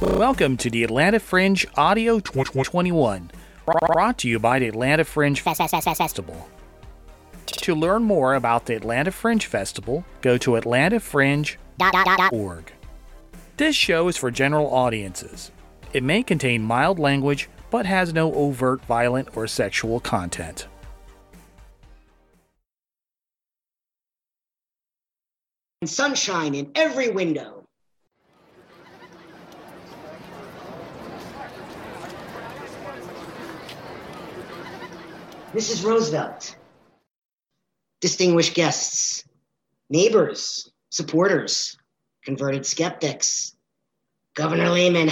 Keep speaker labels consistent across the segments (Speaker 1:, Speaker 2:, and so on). Speaker 1: Welcome to the Atlanta Fringe Audio 2021, brought to you by the Atlanta Fringe Festival. To learn more about the Atlanta Fringe Festival, go to atlantafringe.org. This show is for general audiences. It may contain mild language, but has no overt violent or sexual content.
Speaker 2: and sunshine in every window. Mrs. Roosevelt, distinguished guests, neighbors, supporters, converted skeptics, Governor Lehman,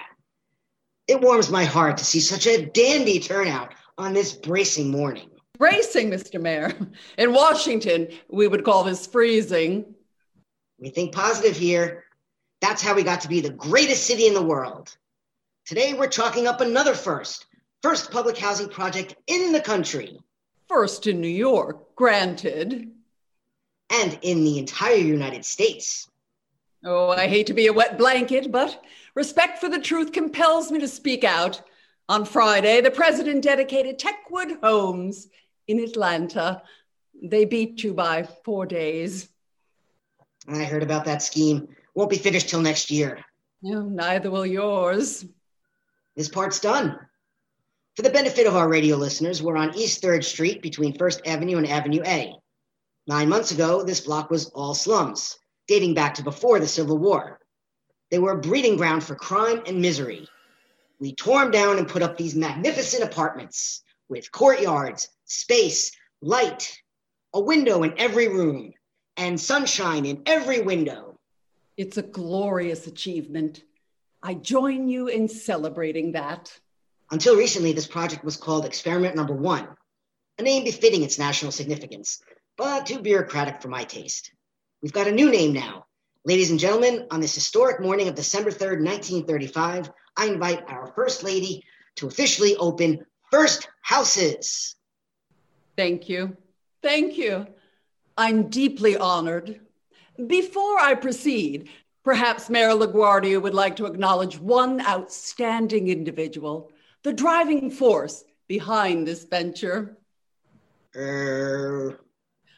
Speaker 2: it warms my heart to see such a dandy turnout on this bracing morning.
Speaker 3: Bracing, Mr. Mayor. In Washington, we would call this freezing.
Speaker 2: We think positive here. That's how we got to be the greatest city in the world. Today, we're chalking up another first, first public housing project in the country
Speaker 3: First in New York, granted.
Speaker 2: and in the entire United States.
Speaker 3: Oh, I hate to be a wet blanket, but respect for the truth compels me to speak out. On Friday, the president dedicated Techwood Homes in Atlanta. They beat you by four days.
Speaker 2: I heard about that scheme. Won't be finished till next year.
Speaker 3: No, neither will yours.
Speaker 2: This part's done. For the benefit of our radio listeners, we're on East 3rd Street between 1st Avenue and Avenue A. Nine months ago, this block was all slums, dating back to before the Civil War. They were a breeding ground for crime and misery. We tore them down and put up these magnificent apartments with courtyards, space, light, a window in every room, and sunshine in every window.
Speaker 3: It's a glorious achievement. I join you in celebrating that.
Speaker 2: Until recently, this project was called Experiment Number One, a name befitting its national significance, but too bureaucratic for my taste. We've got a new name now. Ladies and gentlemen, on this historic morning of December 3rd, 1935, I invite our First Lady to officially open First Houses.
Speaker 3: Thank you. Thank you. I'm deeply honored. Before I proceed, perhaps Mayor LaGuardia would like to acknowledge one outstanding individual, the driving force behind this venture,
Speaker 2: Er,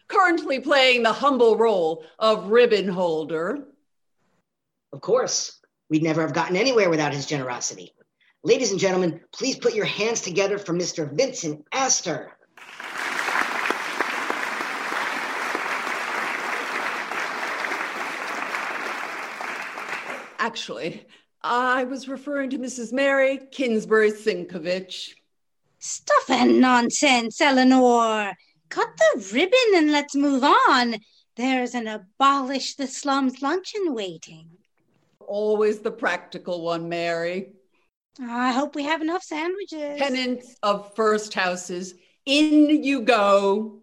Speaker 3: currently playing the humble role of ribbon holder.
Speaker 2: of course, we'd never have gotten anywhere without his generosity. Ladies and gentlemen, please put your hands together for Mr. Vincent Astor.
Speaker 3: Actually, I was referring to Mrs. Mary Kinsbury Sinkovich.
Speaker 4: Stuff and nonsense, Eleanor. Cut the ribbon and let's move on. There's an abolish the slums luncheon waiting.
Speaker 3: Always the practical one, Mary.
Speaker 4: I hope we have enough sandwiches.
Speaker 3: tenants of first houses, in you go.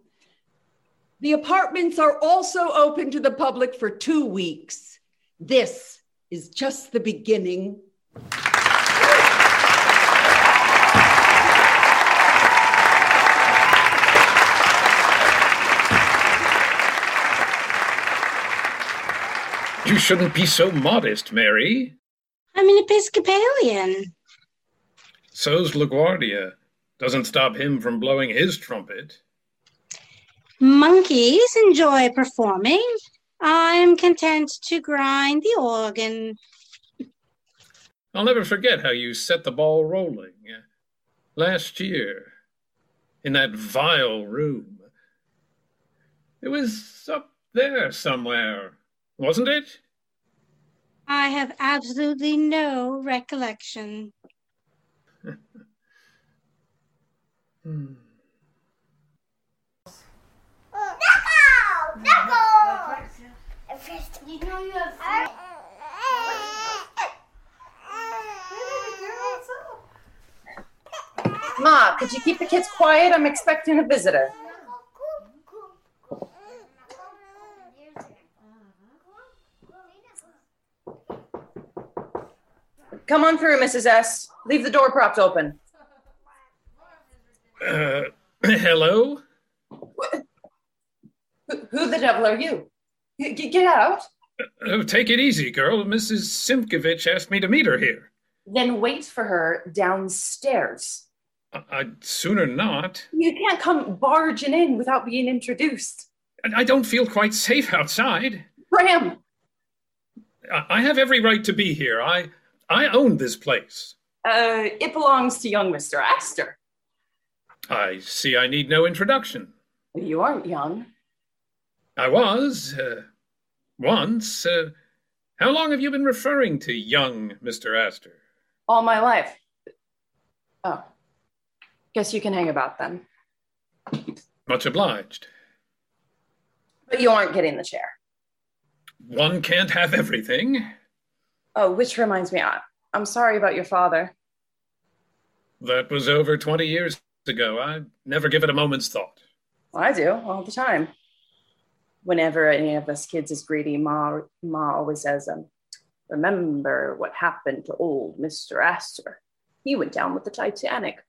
Speaker 3: The apartments are also open to the public for two weeks. This is just the beginning.
Speaker 5: You shouldn't be so modest, Mary.
Speaker 4: I'm an Episcopalian.
Speaker 5: So's LaGuardia. Doesn't stop him from blowing his trumpet.
Speaker 4: Monkeys enjoy performing. I'm content to grind the organ.
Speaker 5: I'll never forget how you set the ball rolling uh, last year in that vile room. It was up there somewhere, wasn't it?
Speaker 4: I have absolutely no recollection.
Speaker 6: Knuckle! Knuckle! You know you have
Speaker 7: Ma, could you keep the kids quiet? I'm expecting a visitor. Come on through, Mrs. S. Leave the door propped open.
Speaker 5: Uh, hello?
Speaker 7: Wh- Who the devil are you? G- g- Get out.
Speaker 5: Oh, take it easy, girl. Mrs. Simkovich asked me to meet her here.
Speaker 7: Then wait for her downstairs.
Speaker 5: I- I'd sooner not.
Speaker 7: You can't come barging in without being introduced.
Speaker 5: And I don't feel quite safe outside.
Speaker 7: Graham,
Speaker 5: I I have every right to be here. I I own this place.
Speaker 7: uh, it belongs to young Mr. Astor.
Speaker 5: I see I need no introduction.
Speaker 7: You aren't young.
Speaker 5: I was uh, once. Uh, how long have you been referring to young Mr. Astor?
Speaker 7: All my life. Oh. Guess you can hang about then.
Speaker 5: Much obliged.
Speaker 7: But you aren't getting the chair.
Speaker 5: One can't have everything.
Speaker 7: Oh, which reminds me, I, I'm sorry about your father.
Speaker 5: That was over 20 years ago. I never give it a moment's thought.
Speaker 7: Well, I do all the time. Whenever any of us kids is greedy, Ma, Ma always says, um, Remember what happened to old Mr. Astor. He went down with the Titanic.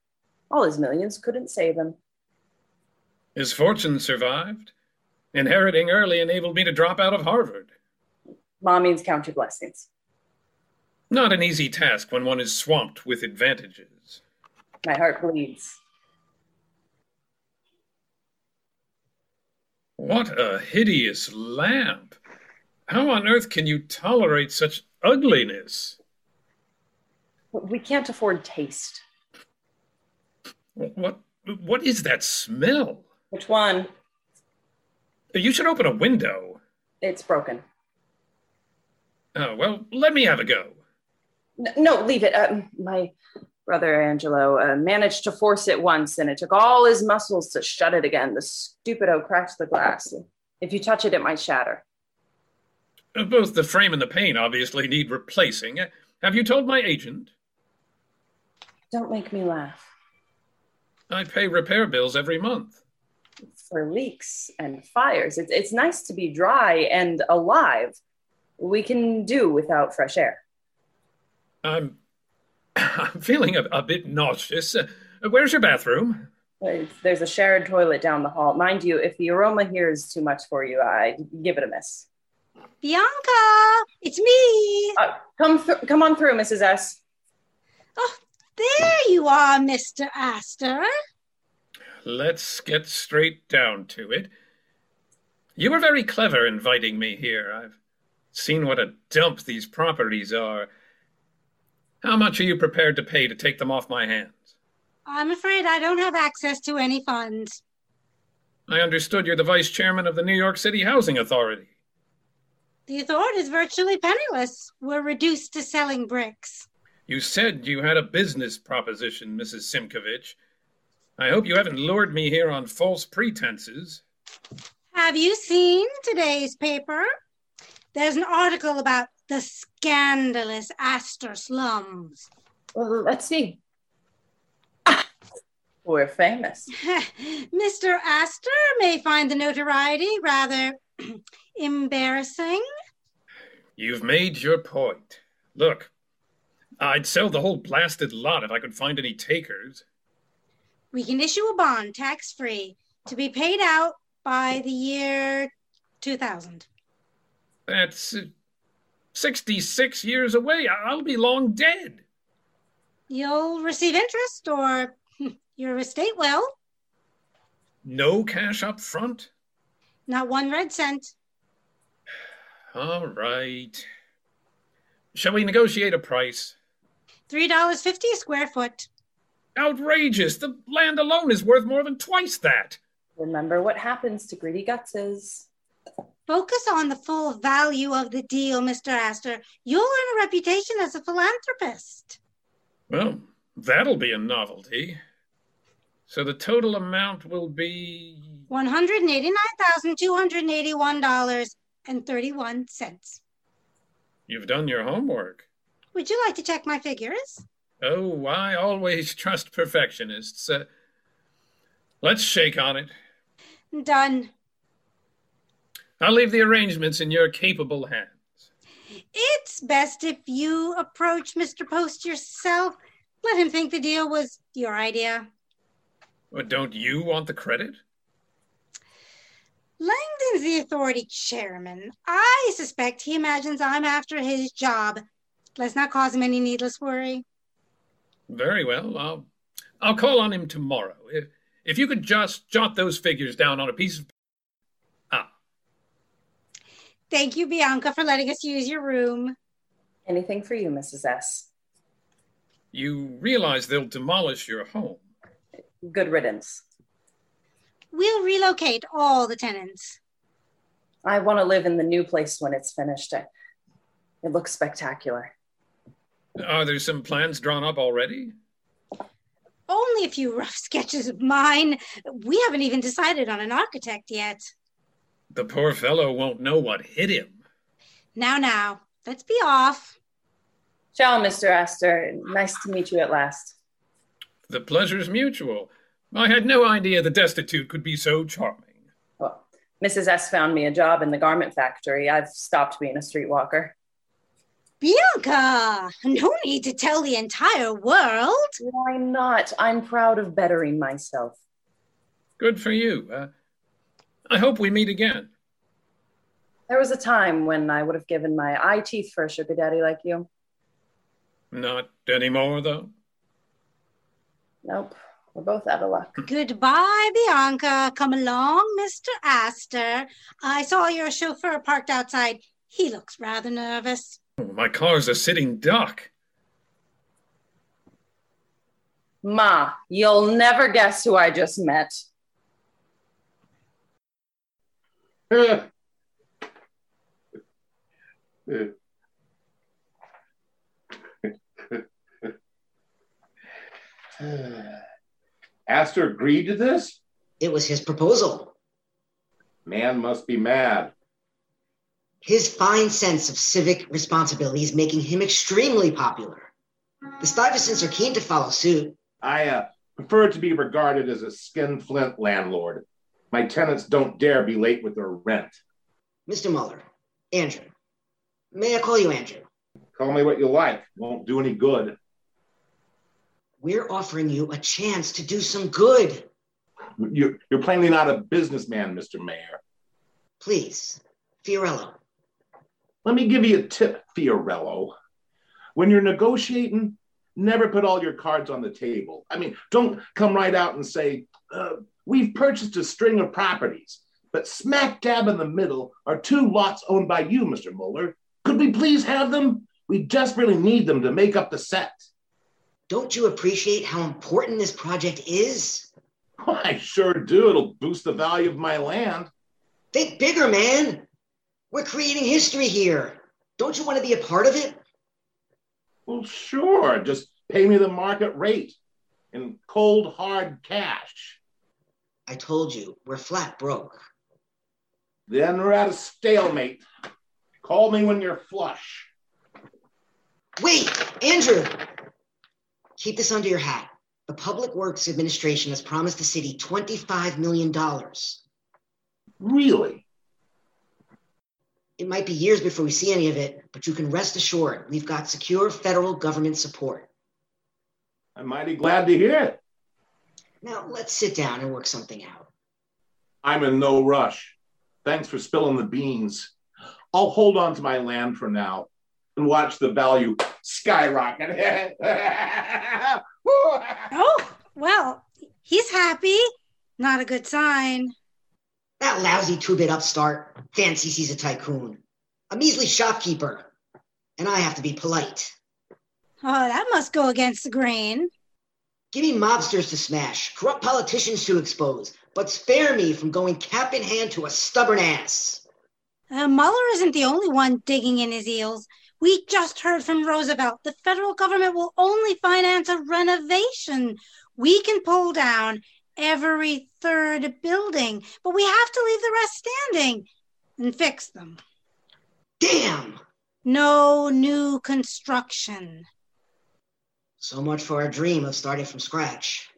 Speaker 7: All his millions couldn't save him.
Speaker 5: His fortune survived. Inheriting early enabled me to drop out of Harvard.
Speaker 7: Ma means count your blessings.
Speaker 5: Not an easy task when one is swamped with advantages.
Speaker 7: My heart bleeds.
Speaker 5: What a hideous lamp! How on earth can you tolerate such ugliness?
Speaker 7: But We can't afford taste.
Speaker 5: Wh- What, what is that smell?
Speaker 7: Which one?
Speaker 5: You should open a window.
Speaker 7: It's broken.
Speaker 5: Oh, well, let me have a go.
Speaker 7: N- No, leave it. Um, my brother Angelo uh, managed to force it once, and it took all his muscles to shut it again. The stupido cracked the glass. If you touch it, it might shatter.
Speaker 5: Uh, Both the frame and the pane obviously need replacing. Uh, Have you told my agent?
Speaker 7: Don't make me laugh.
Speaker 5: I pay repair bills every month.
Speaker 7: For leaks and fires, it's, it's nice to be dry and alive. We can do without fresh air.
Speaker 5: I'm, I'm feeling a, a bit nauseous. Uh, Where's your bathroom?
Speaker 7: It's- There's a shared toilet down the hall. Mind you, if the aroma here is too much for you, I give it a miss.
Speaker 4: Bianca, it's me.
Speaker 7: Uh, come, thr come on through, Mrs. S.
Speaker 4: Oh, there you are, Mr. Astor.
Speaker 5: Let's get straight down to it. You were very clever inviting me here. I've seen what a dump these properties are. How much are you prepared to pay to take them off my hands?
Speaker 4: I'm afraid I don't have access to any funds.
Speaker 5: I understood you're the vice chairman of the New York City Housing Authority.
Speaker 4: The authority's virtually penniless. We're reduced to selling bricks.
Speaker 5: You said you had a business proposition, Mrs. Simkovich. I hope you haven't lured me here on false pretenses.
Speaker 4: Have you seen today's paper? There's an article about the scandalous Astor slums.
Speaker 7: Well, let's see. We're famous.
Speaker 4: Mr. Astor may find the notoriety rather embarrassing.
Speaker 5: You've made your point. Look, I'd sell the whole blasted lot if I could find any takers.
Speaker 4: We can issue a bond tax free to be paid out by the year 2000.
Speaker 5: That's uh, 66 years away. I- I'll be long dead.
Speaker 4: You'll receive interest or your estate will,
Speaker 5: No cash up front?
Speaker 4: not one red cent.
Speaker 5: All right. Shall we negotiate a price?
Speaker 4: $3.50 a square foot.
Speaker 5: Outrageous! The land alone is worth more than twice that.
Speaker 7: Remember what happens to greedy gutses.
Speaker 4: Focus on the full value of the deal, Mr. Astor. You'll earn a reputation as a philanthropist.
Speaker 5: Well, that'll be a novelty. So the total amount will be.
Speaker 4: $189,281.31.
Speaker 5: You've done your homework.
Speaker 4: Would you like to check my figures?
Speaker 5: Oh, I always trust perfectionists. Uh, let's shake on it.
Speaker 4: Done.
Speaker 5: I'll leave the arrangements in your capable hands.
Speaker 4: It's best if you approach Mr. Post yourself. Let him think the deal was your idea.
Speaker 5: But don't you want the credit?
Speaker 4: Langdon's the authority chairman. I suspect he imagines I'm after his job. Let's not cause him any needless worry.
Speaker 5: Very well. I'll I'll call on him tomorrow. If if you could just jot those figures down on a piece of Ah,
Speaker 4: Thank you, Bianca, for letting us use your room.
Speaker 7: Anything for you, Mrs. S.
Speaker 5: you realize they'll demolish your home.
Speaker 7: Good riddance.
Speaker 4: We'll relocate all the tenants.
Speaker 7: I want to live in the new place when it's finished. I, it looks spectacular.
Speaker 5: Are there some plans drawn up already?
Speaker 4: Only a few rough sketches of mine. We haven't even decided on an architect yet.
Speaker 5: The poor fellow won't know what hit him.
Speaker 4: Now, now, let's be off.
Speaker 7: Ciao, Mr. Astor. Nice to meet you at last.
Speaker 5: The pleasure's mutual. I had no idea the destitute could be so charming.
Speaker 7: Well, Mrs. S found me a job in the garment factory. I've stopped being a streetwalker.
Speaker 4: Bianca, no need to tell the entire world.
Speaker 7: Why not? I'm proud of bettering myself.
Speaker 5: Good for you. Uh, I hope we meet again.
Speaker 7: There was a time when I would have given my eye teeth for a sugar daddy like you.
Speaker 5: Not anymore, though.
Speaker 7: Nope, we're both out of luck.
Speaker 4: Goodbye, Bianca. Come along, Mr. Astor. I saw your chauffeur parked outside. He looks rather nervous.
Speaker 5: Oh, my car's a sitting duck.
Speaker 7: Ma, you'll never guess who I just met.
Speaker 8: Eh. Eh. Astor agreed to this?
Speaker 2: It was his proposal.
Speaker 8: Man must be mad.
Speaker 2: His fine sense of civic responsibility is making him extremely popular. The Stuyvesants are keen to follow suit.
Speaker 8: I uh, prefer to be regarded as a skinflint landlord. My tenants don't dare be late with their rent.
Speaker 2: Mr. Muller, Andrew. May I call you Andrew?
Speaker 8: Call me what you like, won't do any good.
Speaker 2: We're offering you a chance to do some good.
Speaker 8: You're, you're plainly not a businessman, Mr. Mayor.
Speaker 2: Please, Fiorello,
Speaker 8: Let me give you a tip, Fiorello. When you're negotiating, never put all your cards on the table. I mean, don't come right out and say, uh, We've purchased a string of properties, but smack dab in the middle are two lots owned by you, Mr. Mueller. Could we please have them? We desperately need them to make up the set.
Speaker 2: don't you appreciate how important this project is?
Speaker 8: I sure do. It'll boost the value of my land.
Speaker 2: Think bigger, man. We're creating history here. Don't you want to be a part of it?
Speaker 8: Well, sure. Just pay me the market rate in cold, hard cash.
Speaker 2: I told you, we're flat broke.
Speaker 8: Then we're at a stalemate. Call me when you're flush.
Speaker 2: Wait, Andrew! Keep this under your hat. The Public Works Administration has promised the city $25 million.
Speaker 8: Really?
Speaker 2: It might be years before we see any of it, but you can rest assured we've got secure federal government support.
Speaker 8: I'm mighty glad to hear it.
Speaker 2: Now, let's sit down and work something out.
Speaker 8: I'm in no rush. Thanks for spilling the beans. I'll hold on to my land for now and watch the value skyrocket.
Speaker 4: Oh, well, he's happy. Not a good sign.
Speaker 2: That lousy two bit upstart fancies he's a tycoon, a measly shopkeeper, and I have to be polite.
Speaker 4: Oh, that must go against the grain.
Speaker 2: Give me mobsters to smash, corrupt politicians to expose, but spare me from going cap in hand to a stubborn ass.
Speaker 4: Uh, Mueller isn't the only one digging in his heels. We just heard from Roosevelt the federal government will only finance a renovation. We can pull down every third building, but we have to leave the rest standing and fix them.
Speaker 2: Damn!
Speaker 4: No new construction.
Speaker 2: So much for our dream of starting from scratch.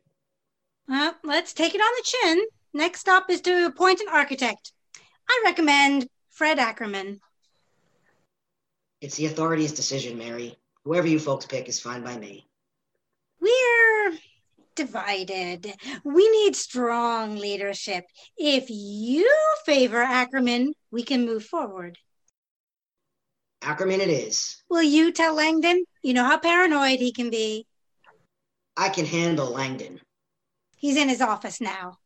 Speaker 4: Well, let's take it on the chin. Next up is to appoint an architect. I recommend Fred Ackerman.
Speaker 2: It's the authorities' decision, Mary. Whoever you folks pick is fine by me.
Speaker 4: We're divided. We need strong leadership. If you favor Ackerman, we can move forward.
Speaker 2: Ackerman it is.
Speaker 4: Will you tell Langdon? You know how paranoid he can be.
Speaker 2: I can handle Langdon.
Speaker 4: He's in his office now.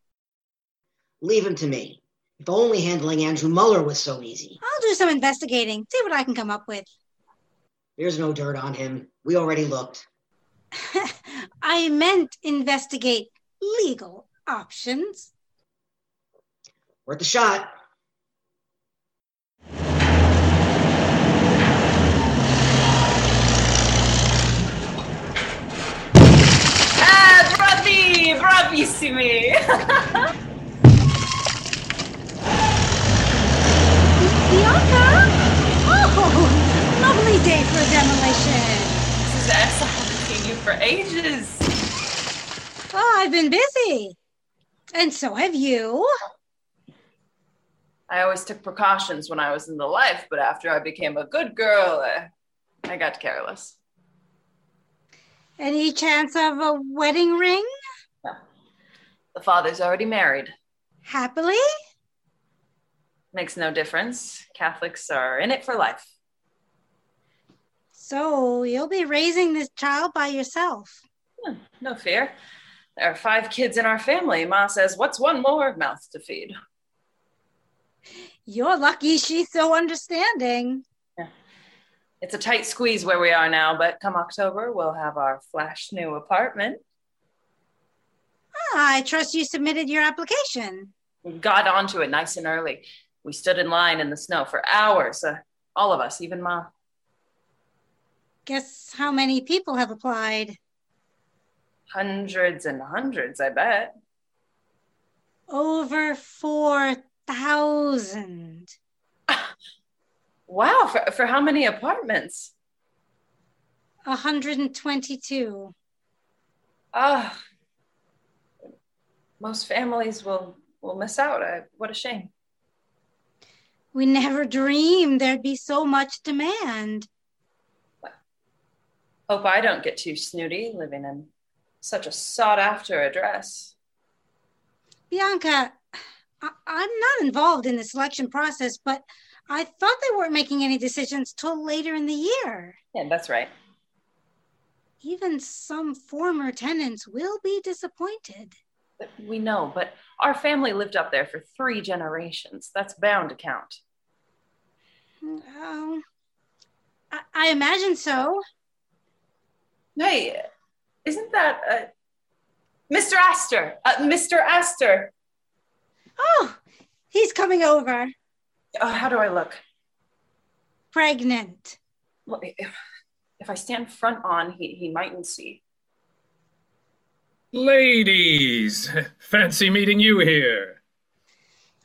Speaker 2: Leave him to me. If only handling Andrew Muller was so easy.
Speaker 4: I'll do some investigating, see what I can come up with.
Speaker 2: There's no dirt on him. We already looked.
Speaker 4: I meant investigate legal options.
Speaker 2: Worth a shot.
Speaker 7: Ah, bravi, bravissimi!
Speaker 4: Bianca? Oh, lovely day for a demolition.
Speaker 7: this is S. I haven't seen you for ages.
Speaker 4: Oh, I've been busy. And so have you.
Speaker 7: I always took precautions when I was in the life, but after I became a good girl, I, I got careless.
Speaker 4: Any chance of a wedding ring?
Speaker 7: The father's already married.
Speaker 4: Happily?
Speaker 7: Makes no difference. Catholics are in it for life.
Speaker 4: So you'll be raising this child by yourself.
Speaker 7: Hmm, No fear. There are five kids in our family. Ma says, What's one more mouth to feed?
Speaker 4: You're lucky she's so understanding.
Speaker 7: It's a tight squeeze where we are now, but come October, we'll have our flash new apartment.
Speaker 4: Ah, I trust you submitted your application.
Speaker 7: We got onto it nice and early. We stood in line in the snow for hours, uh, all of us, even Ma.
Speaker 4: Guess how many people have applied?
Speaker 7: Hundreds and hundreds, I bet.
Speaker 4: Over 4,000.
Speaker 7: Wow, for, for how many apartments?
Speaker 4: 122.
Speaker 7: Ah, most families will will miss out. I, what a shame.
Speaker 4: We never dreamed there'd be so much demand.
Speaker 7: Hope I don't get too snooty living in such a sought after address.
Speaker 4: Bianca, I- I'm not involved in the selection process, but I thought they weren't making any decisions till later in the year.
Speaker 7: Yeah, that's right.
Speaker 4: Even some former tenants will be disappointed.
Speaker 7: But we know, but our family lived up there for three generations. That's bound to count.
Speaker 4: Um, I, I imagine so.
Speaker 7: Hey, isn't that uh, Mr. Astor? Uh, Mr. Astor.
Speaker 4: Oh, he's coming over.
Speaker 7: Oh, how do I look?
Speaker 4: Pregnant.
Speaker 7: Well, If, if I stand front on, he, he mightn't see.
Speaker 5: Ladies, fancy meeting you here.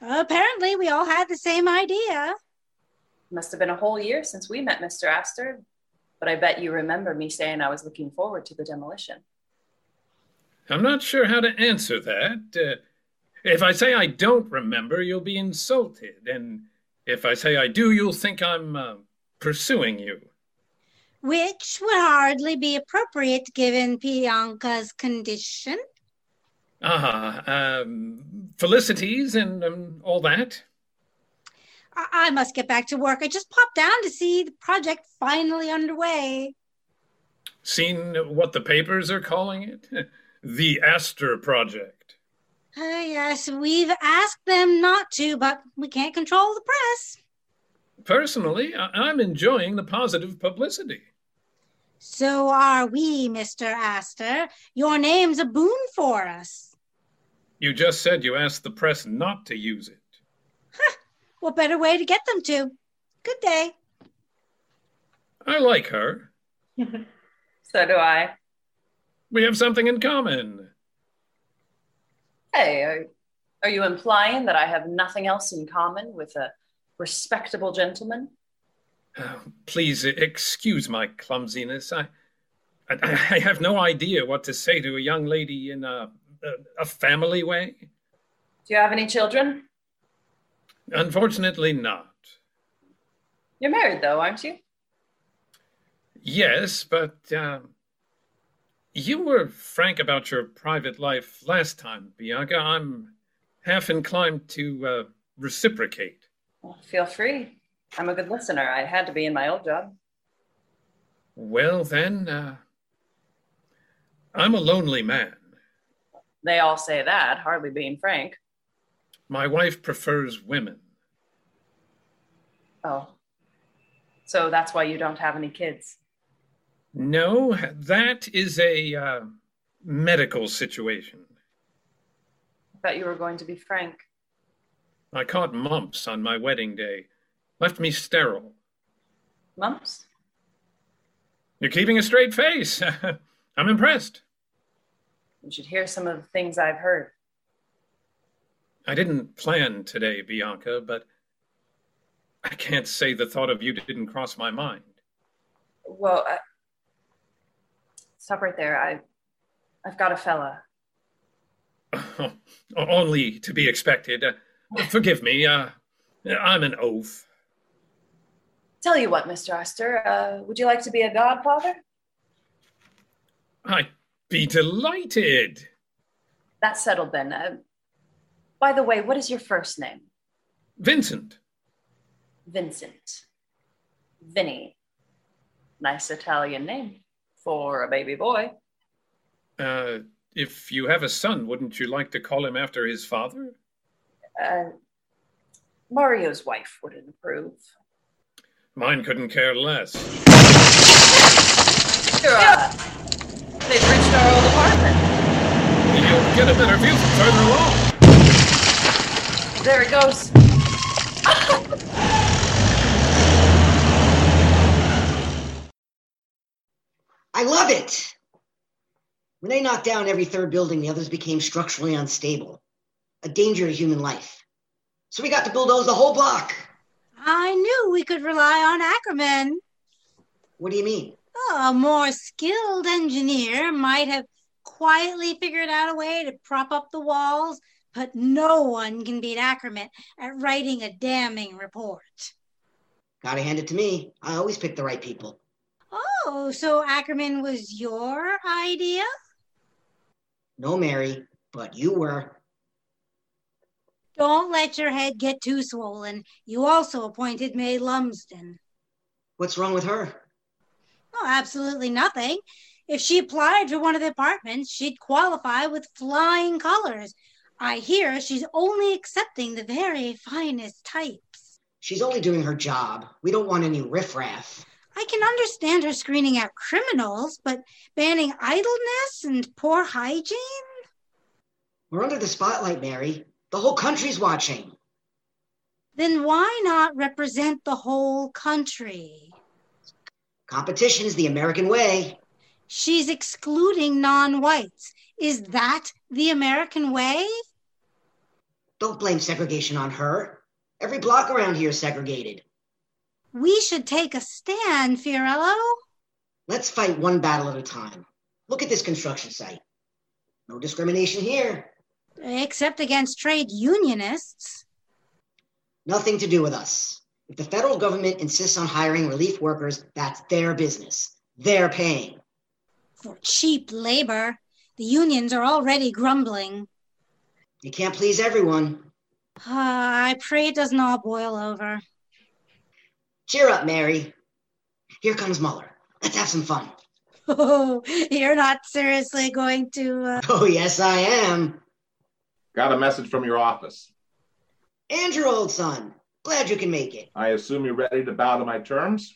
Speaker 4: Apparently, we all had the same idea.
Speaker 7: Must have been a whole year since we met Mr. Astor, but I bet you remember me saying I was looking forward to the demolition.
Speaker 5: I'm not sure how to answer that. Uh, if I say I don't remember, you'll be insulted, and if I say I do, you'll think I'm uh, pursuing you.
Speaker 4: which would hardly be appropriate given Bianca's condition.
Speaker 5: Ah, um, felicities and um, all that.
Speaker 4: I-, I must get back to work. I just popped down to see the project finally underway.
Speaker 5: Seen what the papers are calling it? The Astor Project.
Speaker 4: Ah, yes, we've asked them not to, but we can't control the press.
Speaker 5: Personally, I- I'm enjoying the positive publicity.
Speaker 4: So are we, Mr. Astor. Your name's a boon for us.
Speaker 5: You just said you asked the press not to use it.
Speaker 4: What better way to get them to? Good day.
Speaker 5: I like her.
Speaker 7: So do I.
Speaker 5: We have something in common.
Speaker 7: Hey, are, are you implying that I have nothing else in common with a respectable gentleman?
Speaker 5: Oh, please uh, excuse my clumsiness. I, I, I have no idea what to say to a young lady in a, a, a family way.
Speaker 7: Do you have any children?
Speaker 5: Unfortunately, not.
Speaker 7: You're married, though, aren't you?
Speaker 5: Yes, but um, You were frank about your private life last time, Bianca. I'm half inclined to uh, reciprocate.
Speaker 7: Well, feel free. I'm a good listener. I had to be in my old job.
Speaker 5: Well, then, uh, I'm a lonely man.
Speaker 7: They all say that, hardly being frank.
Speaker 5: My wife prefers women.
Speaker 7: Oh. So that's why you don't have any kids.
Speaker 5: No, that is a uh, medical situation.
Speaker 7: I thought you were going to be frank.
Speaker 5: I caught mumps on my wedding day, left me sterile.
Speaker 7: Mumps?
Speaker 5: You're keeping a straight face. I'm impressed.
Speaker 7: You should hear some of the things I've heard.
Speaker 5: I didn't plan today, Bianca, but I can't say the thought of you didn't cross my mind.
Speaker 7: Well, I... stop right there. I, I've got a fella.
Speaker 5: Only to be expected. Uh, forgive me. Uh, I'm an oaf.
Speaker 7: Tell you what, Mr. Oster, uh, would you like to be a godfather?
Speaker 5: I'd be delighted.
Speaker 7: That's settled then. Uh, by the way, what is your first name?
Speaker 5: Vincent.
Speaker 7: Vincent. Vinny. Nice Italian name for a baby boy.
Speaker 5: Uh, if you have a son, wouldn't you like to call him after his father?
Speaker 7: Uh, Mario's wife wouldn't approve.
Speaker 5: Mine couldn't care less.
Speaker 7: Sure, uh, they've reached our old apartment.
Speaker 5: You'll get a better view from further along.
Speaker 7: There it goes.
Speaker 2: I love it. When they knocked down every third building, the others became structurally unstable, a danger to human life. So we got to bulldoze the whole block.
Speaker 4: I knew we could rely on Ackerman.
Speaker 2: What do you mean?
Speaker 4: A more skilled engineer might have quietly figured out a way to prop up the walls, but no one can beat Ackerman at writing a damning report.
Speaker 2: Gotta hand it to me. I always pick the right people.
Speaker 4: Oh, so Ackerman was your idea?
Speaker 2: No, Mary, but you were.
Speaker 4: Don't let your head get too swollen. You also appointed May Lumsden.
Speaker 2: What's wrong with her?
Speaker 4: Oh, absolutely nothing. If she applied for one of the apartments, she'd qualify with flying colors. I hear she's only accepting the very finest types.
Speaker 2: She's only doing her job. We don't want any riffraff.
Speaker 4: I can understand her screening out criminals, but banning idleness and poor hygiene?
Speaker 2: We're under the spotlight, Mary. The whole country's watching.
Speaker 4: Then why not represent the whole country?
Speaker 2: Competition's the American way.
Speaker 4: She's excluding non whites. Is that the American way?
Speaker 2: Don't blame segregation on her. Every block around here is segregated.
Speaker 4: We should take a stand, Fiorello.
Speaker 2: Let's fight one battle at a time. Look at this construction site. No discrimination here.
Speaker 4: Except against trade unionists.
Speaker 2: Nothing to do with us. If the federal government insists on hiring relief workers, that's their business. They're paying.
Speaker 4: For cheap labor, the unions are already grumbling.
Speaker 2: You can't please everyone.
Speaker 4: Ah, I pray it doesn't all boil over.
Speaker 2: Cheer up, Mary. Here comes Muller. Let's have some fun.
Speaker 4: Oh, you're not seriously going to. Uh...
Speaker 2: Oh, yes, I am.
Speaker 8: Got a message from your office.
Speaker 2: Andrew, old son, glad you can make it.
Speaker 8: I assume you're ready to bow to my terms?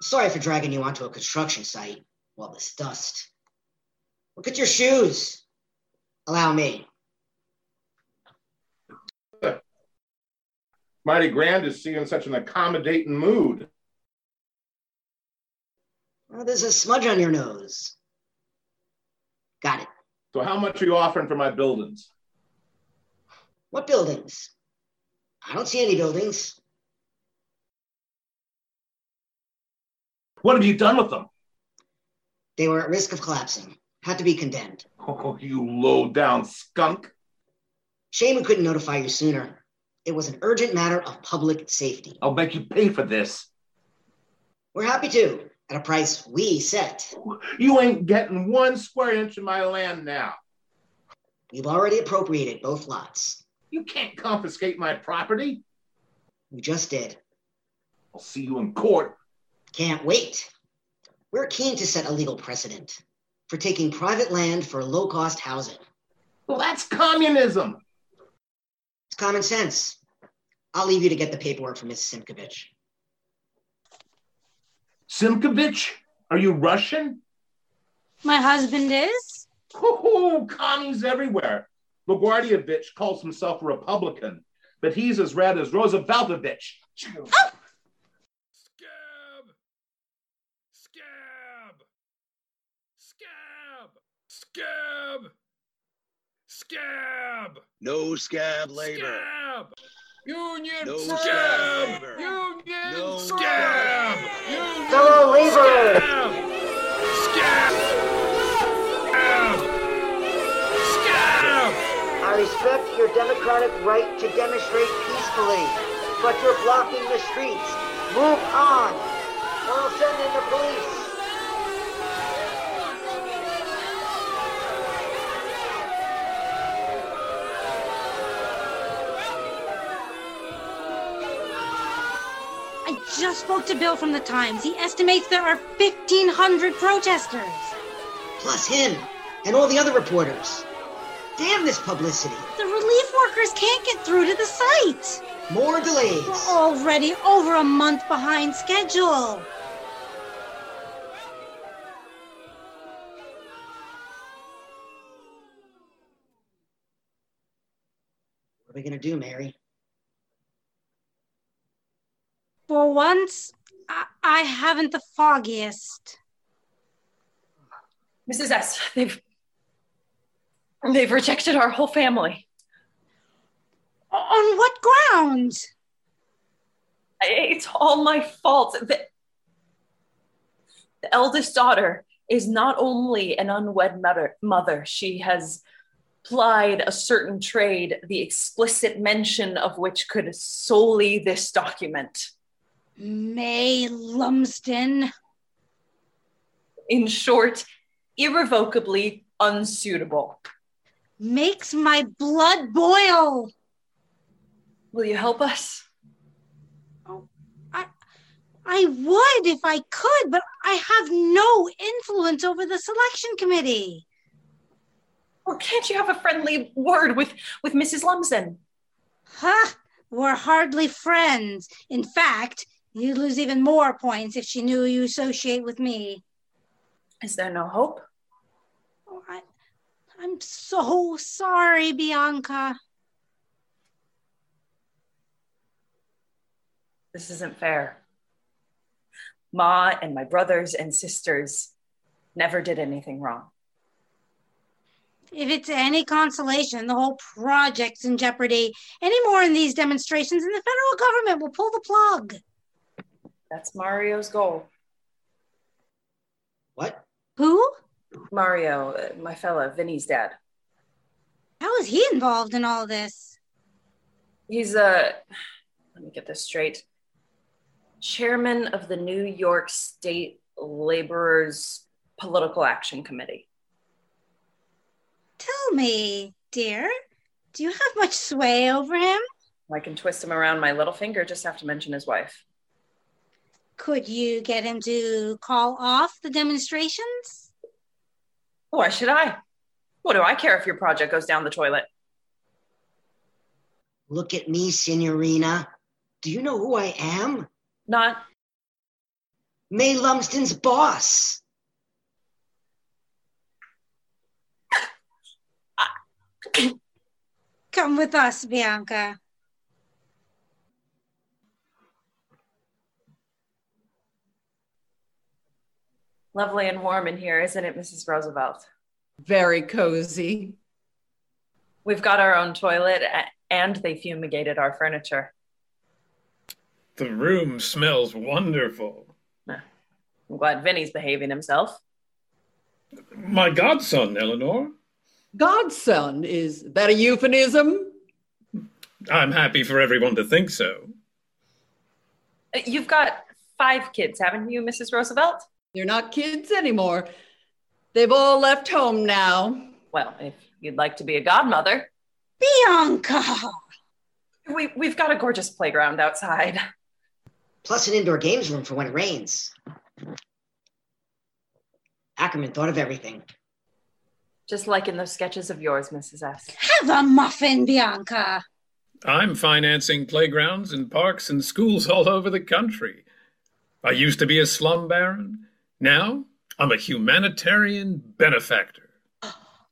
Speaker 2: Sorry for dragging you onto a construction site. All this dust. Look at your shoes. Allow me.
Speaker 8: Mighty Grand is seeing such an accommodating mood.
Speaker 2: Well, Oh, there's a smudge on your nose. Got it.
Speaker 8: So, how much are you offering for my buildings?
Speaker 2: What buildings? I don't see any buildings.
Speaker 8: What have you done with them?
Speaker 2: They were at risk of collapsing, had to be condemned.
Speaker 8: Oh, you low down skunk.
Speaker 2: Shame we couldn't notify you sooner. It was an urgent matter of public safety.
Speaker 8: I'll make you pay for this.
Speaker 2: We're happy to, at a price we set.
Speaker 8: You ain't getting one square inch of my land now.
Speaker 2: We've already appropriated both lots.
Speaker 8: You can't confiscate my property.
Speaker 2: We just did.
Speaker 8: I'll see you in court.
Speaker 2: Can't wait. We're keen to set a legal precedent for taking private land for low cost housing.
Speaker 8: Well, that's communism.
Speaker 2: It's common sense. I'll leave you to get the paperwork from Miss Simkovich.
Speaker 8: Simkovich, are you Russian?
Speaker 4: My husband is?
Speaker 8: Oh, commies everywhere. LaGuardievich calls himself a Republican, but he's as red as Rooseveltovich.
Speaker 5: Scab! Scab! Scab! Scab! Scab!
Speaker 9: No scab labor.
Speaker 5: Scab! Union
Speaker 9: No
Speaker 5: scab!
Speaker 9: scab labor.
Speaker 5: Union
Speaker 9: No
Speaker 5: scab!
Speaker 9: scab
Speaker 5: Union
Speaker 2: Fellow labor.
Speaker 5: Scab! Scab! Scab! Scab!
Speaker 2: I respect your democratic right to demonstrate peacefully, but you're blocking the streets. Move on, or I'll send in the police.
Speaker 4: I just spoke to Bill from the Times. He estimates there are 1,500 protesters.
Speaker 2: Plus him and all the other reporters. Damn this publicity.
Speaker 4: The relief workers can't get through to the site.
Speaker 2: More delays.
Speaker 4: We're already over a month behind schedule.
Speaker 2: What are we gonna do, Mary?
Speaker 4: For once, I, I haven't the foggiest.
Speaker 7: Mrs. S, they've they've rejected our whole family.
Speaker 4: O- On what grounds?
Speaker 7: I- It's all my fault. The, the eldest daughter is not only an unwed mother, mother, she has plied a certain trade, the explicit mention of which could solely this document.
Speaker 4: May Lumsden.
Speaker 7: In short, irrevocably unsuitable.
Speaker 4: makes my blood boil.
Speaker 7: Will you help us?
Speaker 4: I would if I could, but I have no influence over the selection committee.
Speaker 7: Or can't you have a friendly word with, with Mrs. Lumsden?
Speaker 4: Huh? We're hardly friends. In fact, you'd lose even more points if she knew you associate with me.
Speaker 7: Is there no hope?
Speaker 4: Oh, I, I'm so sorry, Bianca.
Speaker 7: This isn't fair. Ma and my brothers and sisters never did anything wrong.
Speaker 4: If it's any consolation, the whole project's in jeopardy. Any more in these demonstrations, and the federal government will pull the plug.
Speaker 7: That's Mario's goal.
Speaker 2: What?
Speaker 4: Who?
Speaker 7: Mario, uh, my fella, Vinny's dad.
Speaker 4: How is he involved in all this?
Speaker 7: He's a, let me get this straight, chairman of the New York State Laborers Political Action Committee.
Speaker 4: Tell me, dear, do you have much sway over him?
Speaker 7: I can twist him around my little finger, just have to mention his wife.
Speaker 4: Could you get him to call off the demonstrations?
Speaker 7: Why should I? What do I care if your project goes down the toilet?
Speaker 2: Look at me, Signorina. Do you know who I am?
Speaker 7: Not
Speaker 2: May Lumsden's boss.
Speaker 4: Come with us, Bianca.
Speaker 7: lovely and warm in here, isn't it, Mrs. Roosevelt?
Speaker 3: Very cozy.
Speaker 7: We've got our own toilet a- and they fumigated our furniture.
Speaker 5: The room smells wonderful.
Speaker 7: I'm glad Vinny's behaving himself.
Speaker 5: My godson, Eleanor.
Speaker 3: Godson, is that a euphemism?
Speaker 5: I'm happy for everyone to think so.
Speaker 7: Uh, You've got five kids, haven't you, Mrs. Roosevelt?
Speaker 3: They're not kids anymore. They've all left home now.
Speaker 7: Well, if you'd like to be a godmother,
Speaker 4: Bianca!
Speaker 7: we, we've got a gorgeous playground outside.
Speaker 2: plus an indoor games room for when it rains. Ackerman thought of everything.
Speaker 7: Just like in those sketches of yours, Mrs. S.
Speaker 4: Have a muffin, Bianca!
Speaker 5: I'm financing playgrounds and parks and schools all over the country. I used to be a slum baron. Now I'm a humanitarian benefactor.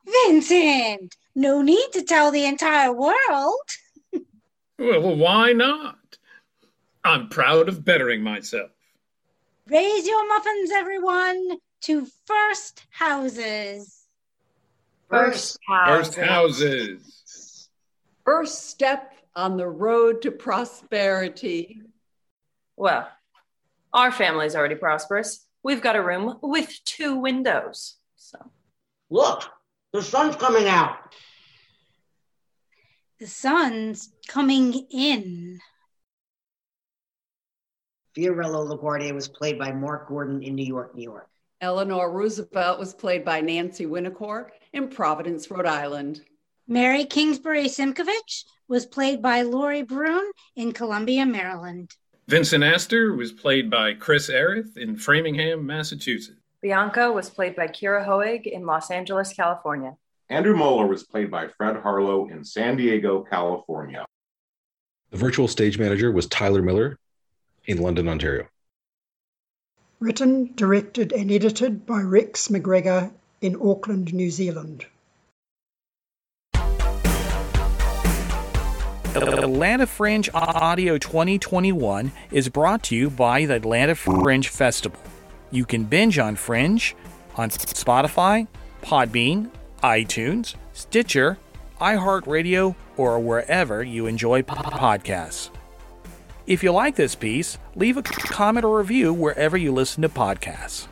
Speaker 4: Vincent! No need to tell the entire world.
Speaker 5: Well, well, why not? I'm proud of bettering myself.
Speaker 4: Raise your muffins, everyone, to first houses.
Speaker 2: First
Speaker 5: First houses.
Speaker 3: First step on the road to prosperity.
Speaker 7: Well, our family's already prosperous. We've got a room with two windows. So
Speaker 2: Look, the sun's coming out.
Speaker 4: The sun's coming in.
Speaker 2: Fiorello LaGuardia was played by Mark Gordon in New York, New York.
Speaker 3: Eleanor Roosevelt was played by Nancy Winnicor in Providence, Rhode Island.
Speaker 4: Mary Kingsbury Simkovich was played by Lori Brune in Columbia, Maryland.
Speaker 5: Vincent Astor was played by Chris Arith in Framingham, Massachusetts.
Speaker 7: Bianca was played by Kira Hoig in Los Angeles, California.
Speaker 8: Andrew Moeller was played by Fred Harlow in San Diego, California.
Speaker 10: The virtual stage manager was Tyler Miller in London, Ontario.
Speaker 11: Written, directed, and edited by Rex McGregor in Auckland, New Zealand.
Speaker 1: Atlanta Fringe Audio 2021 is brought to you by the Atlanta Fringe Festival. You can binge on Fringe on Spotify, Podbean, iTunes, Stitcher, iHeartRadio, or wherever you enjoy po- podcasts. If you like this piece, leave a comment or review wherever you listen to podcasts.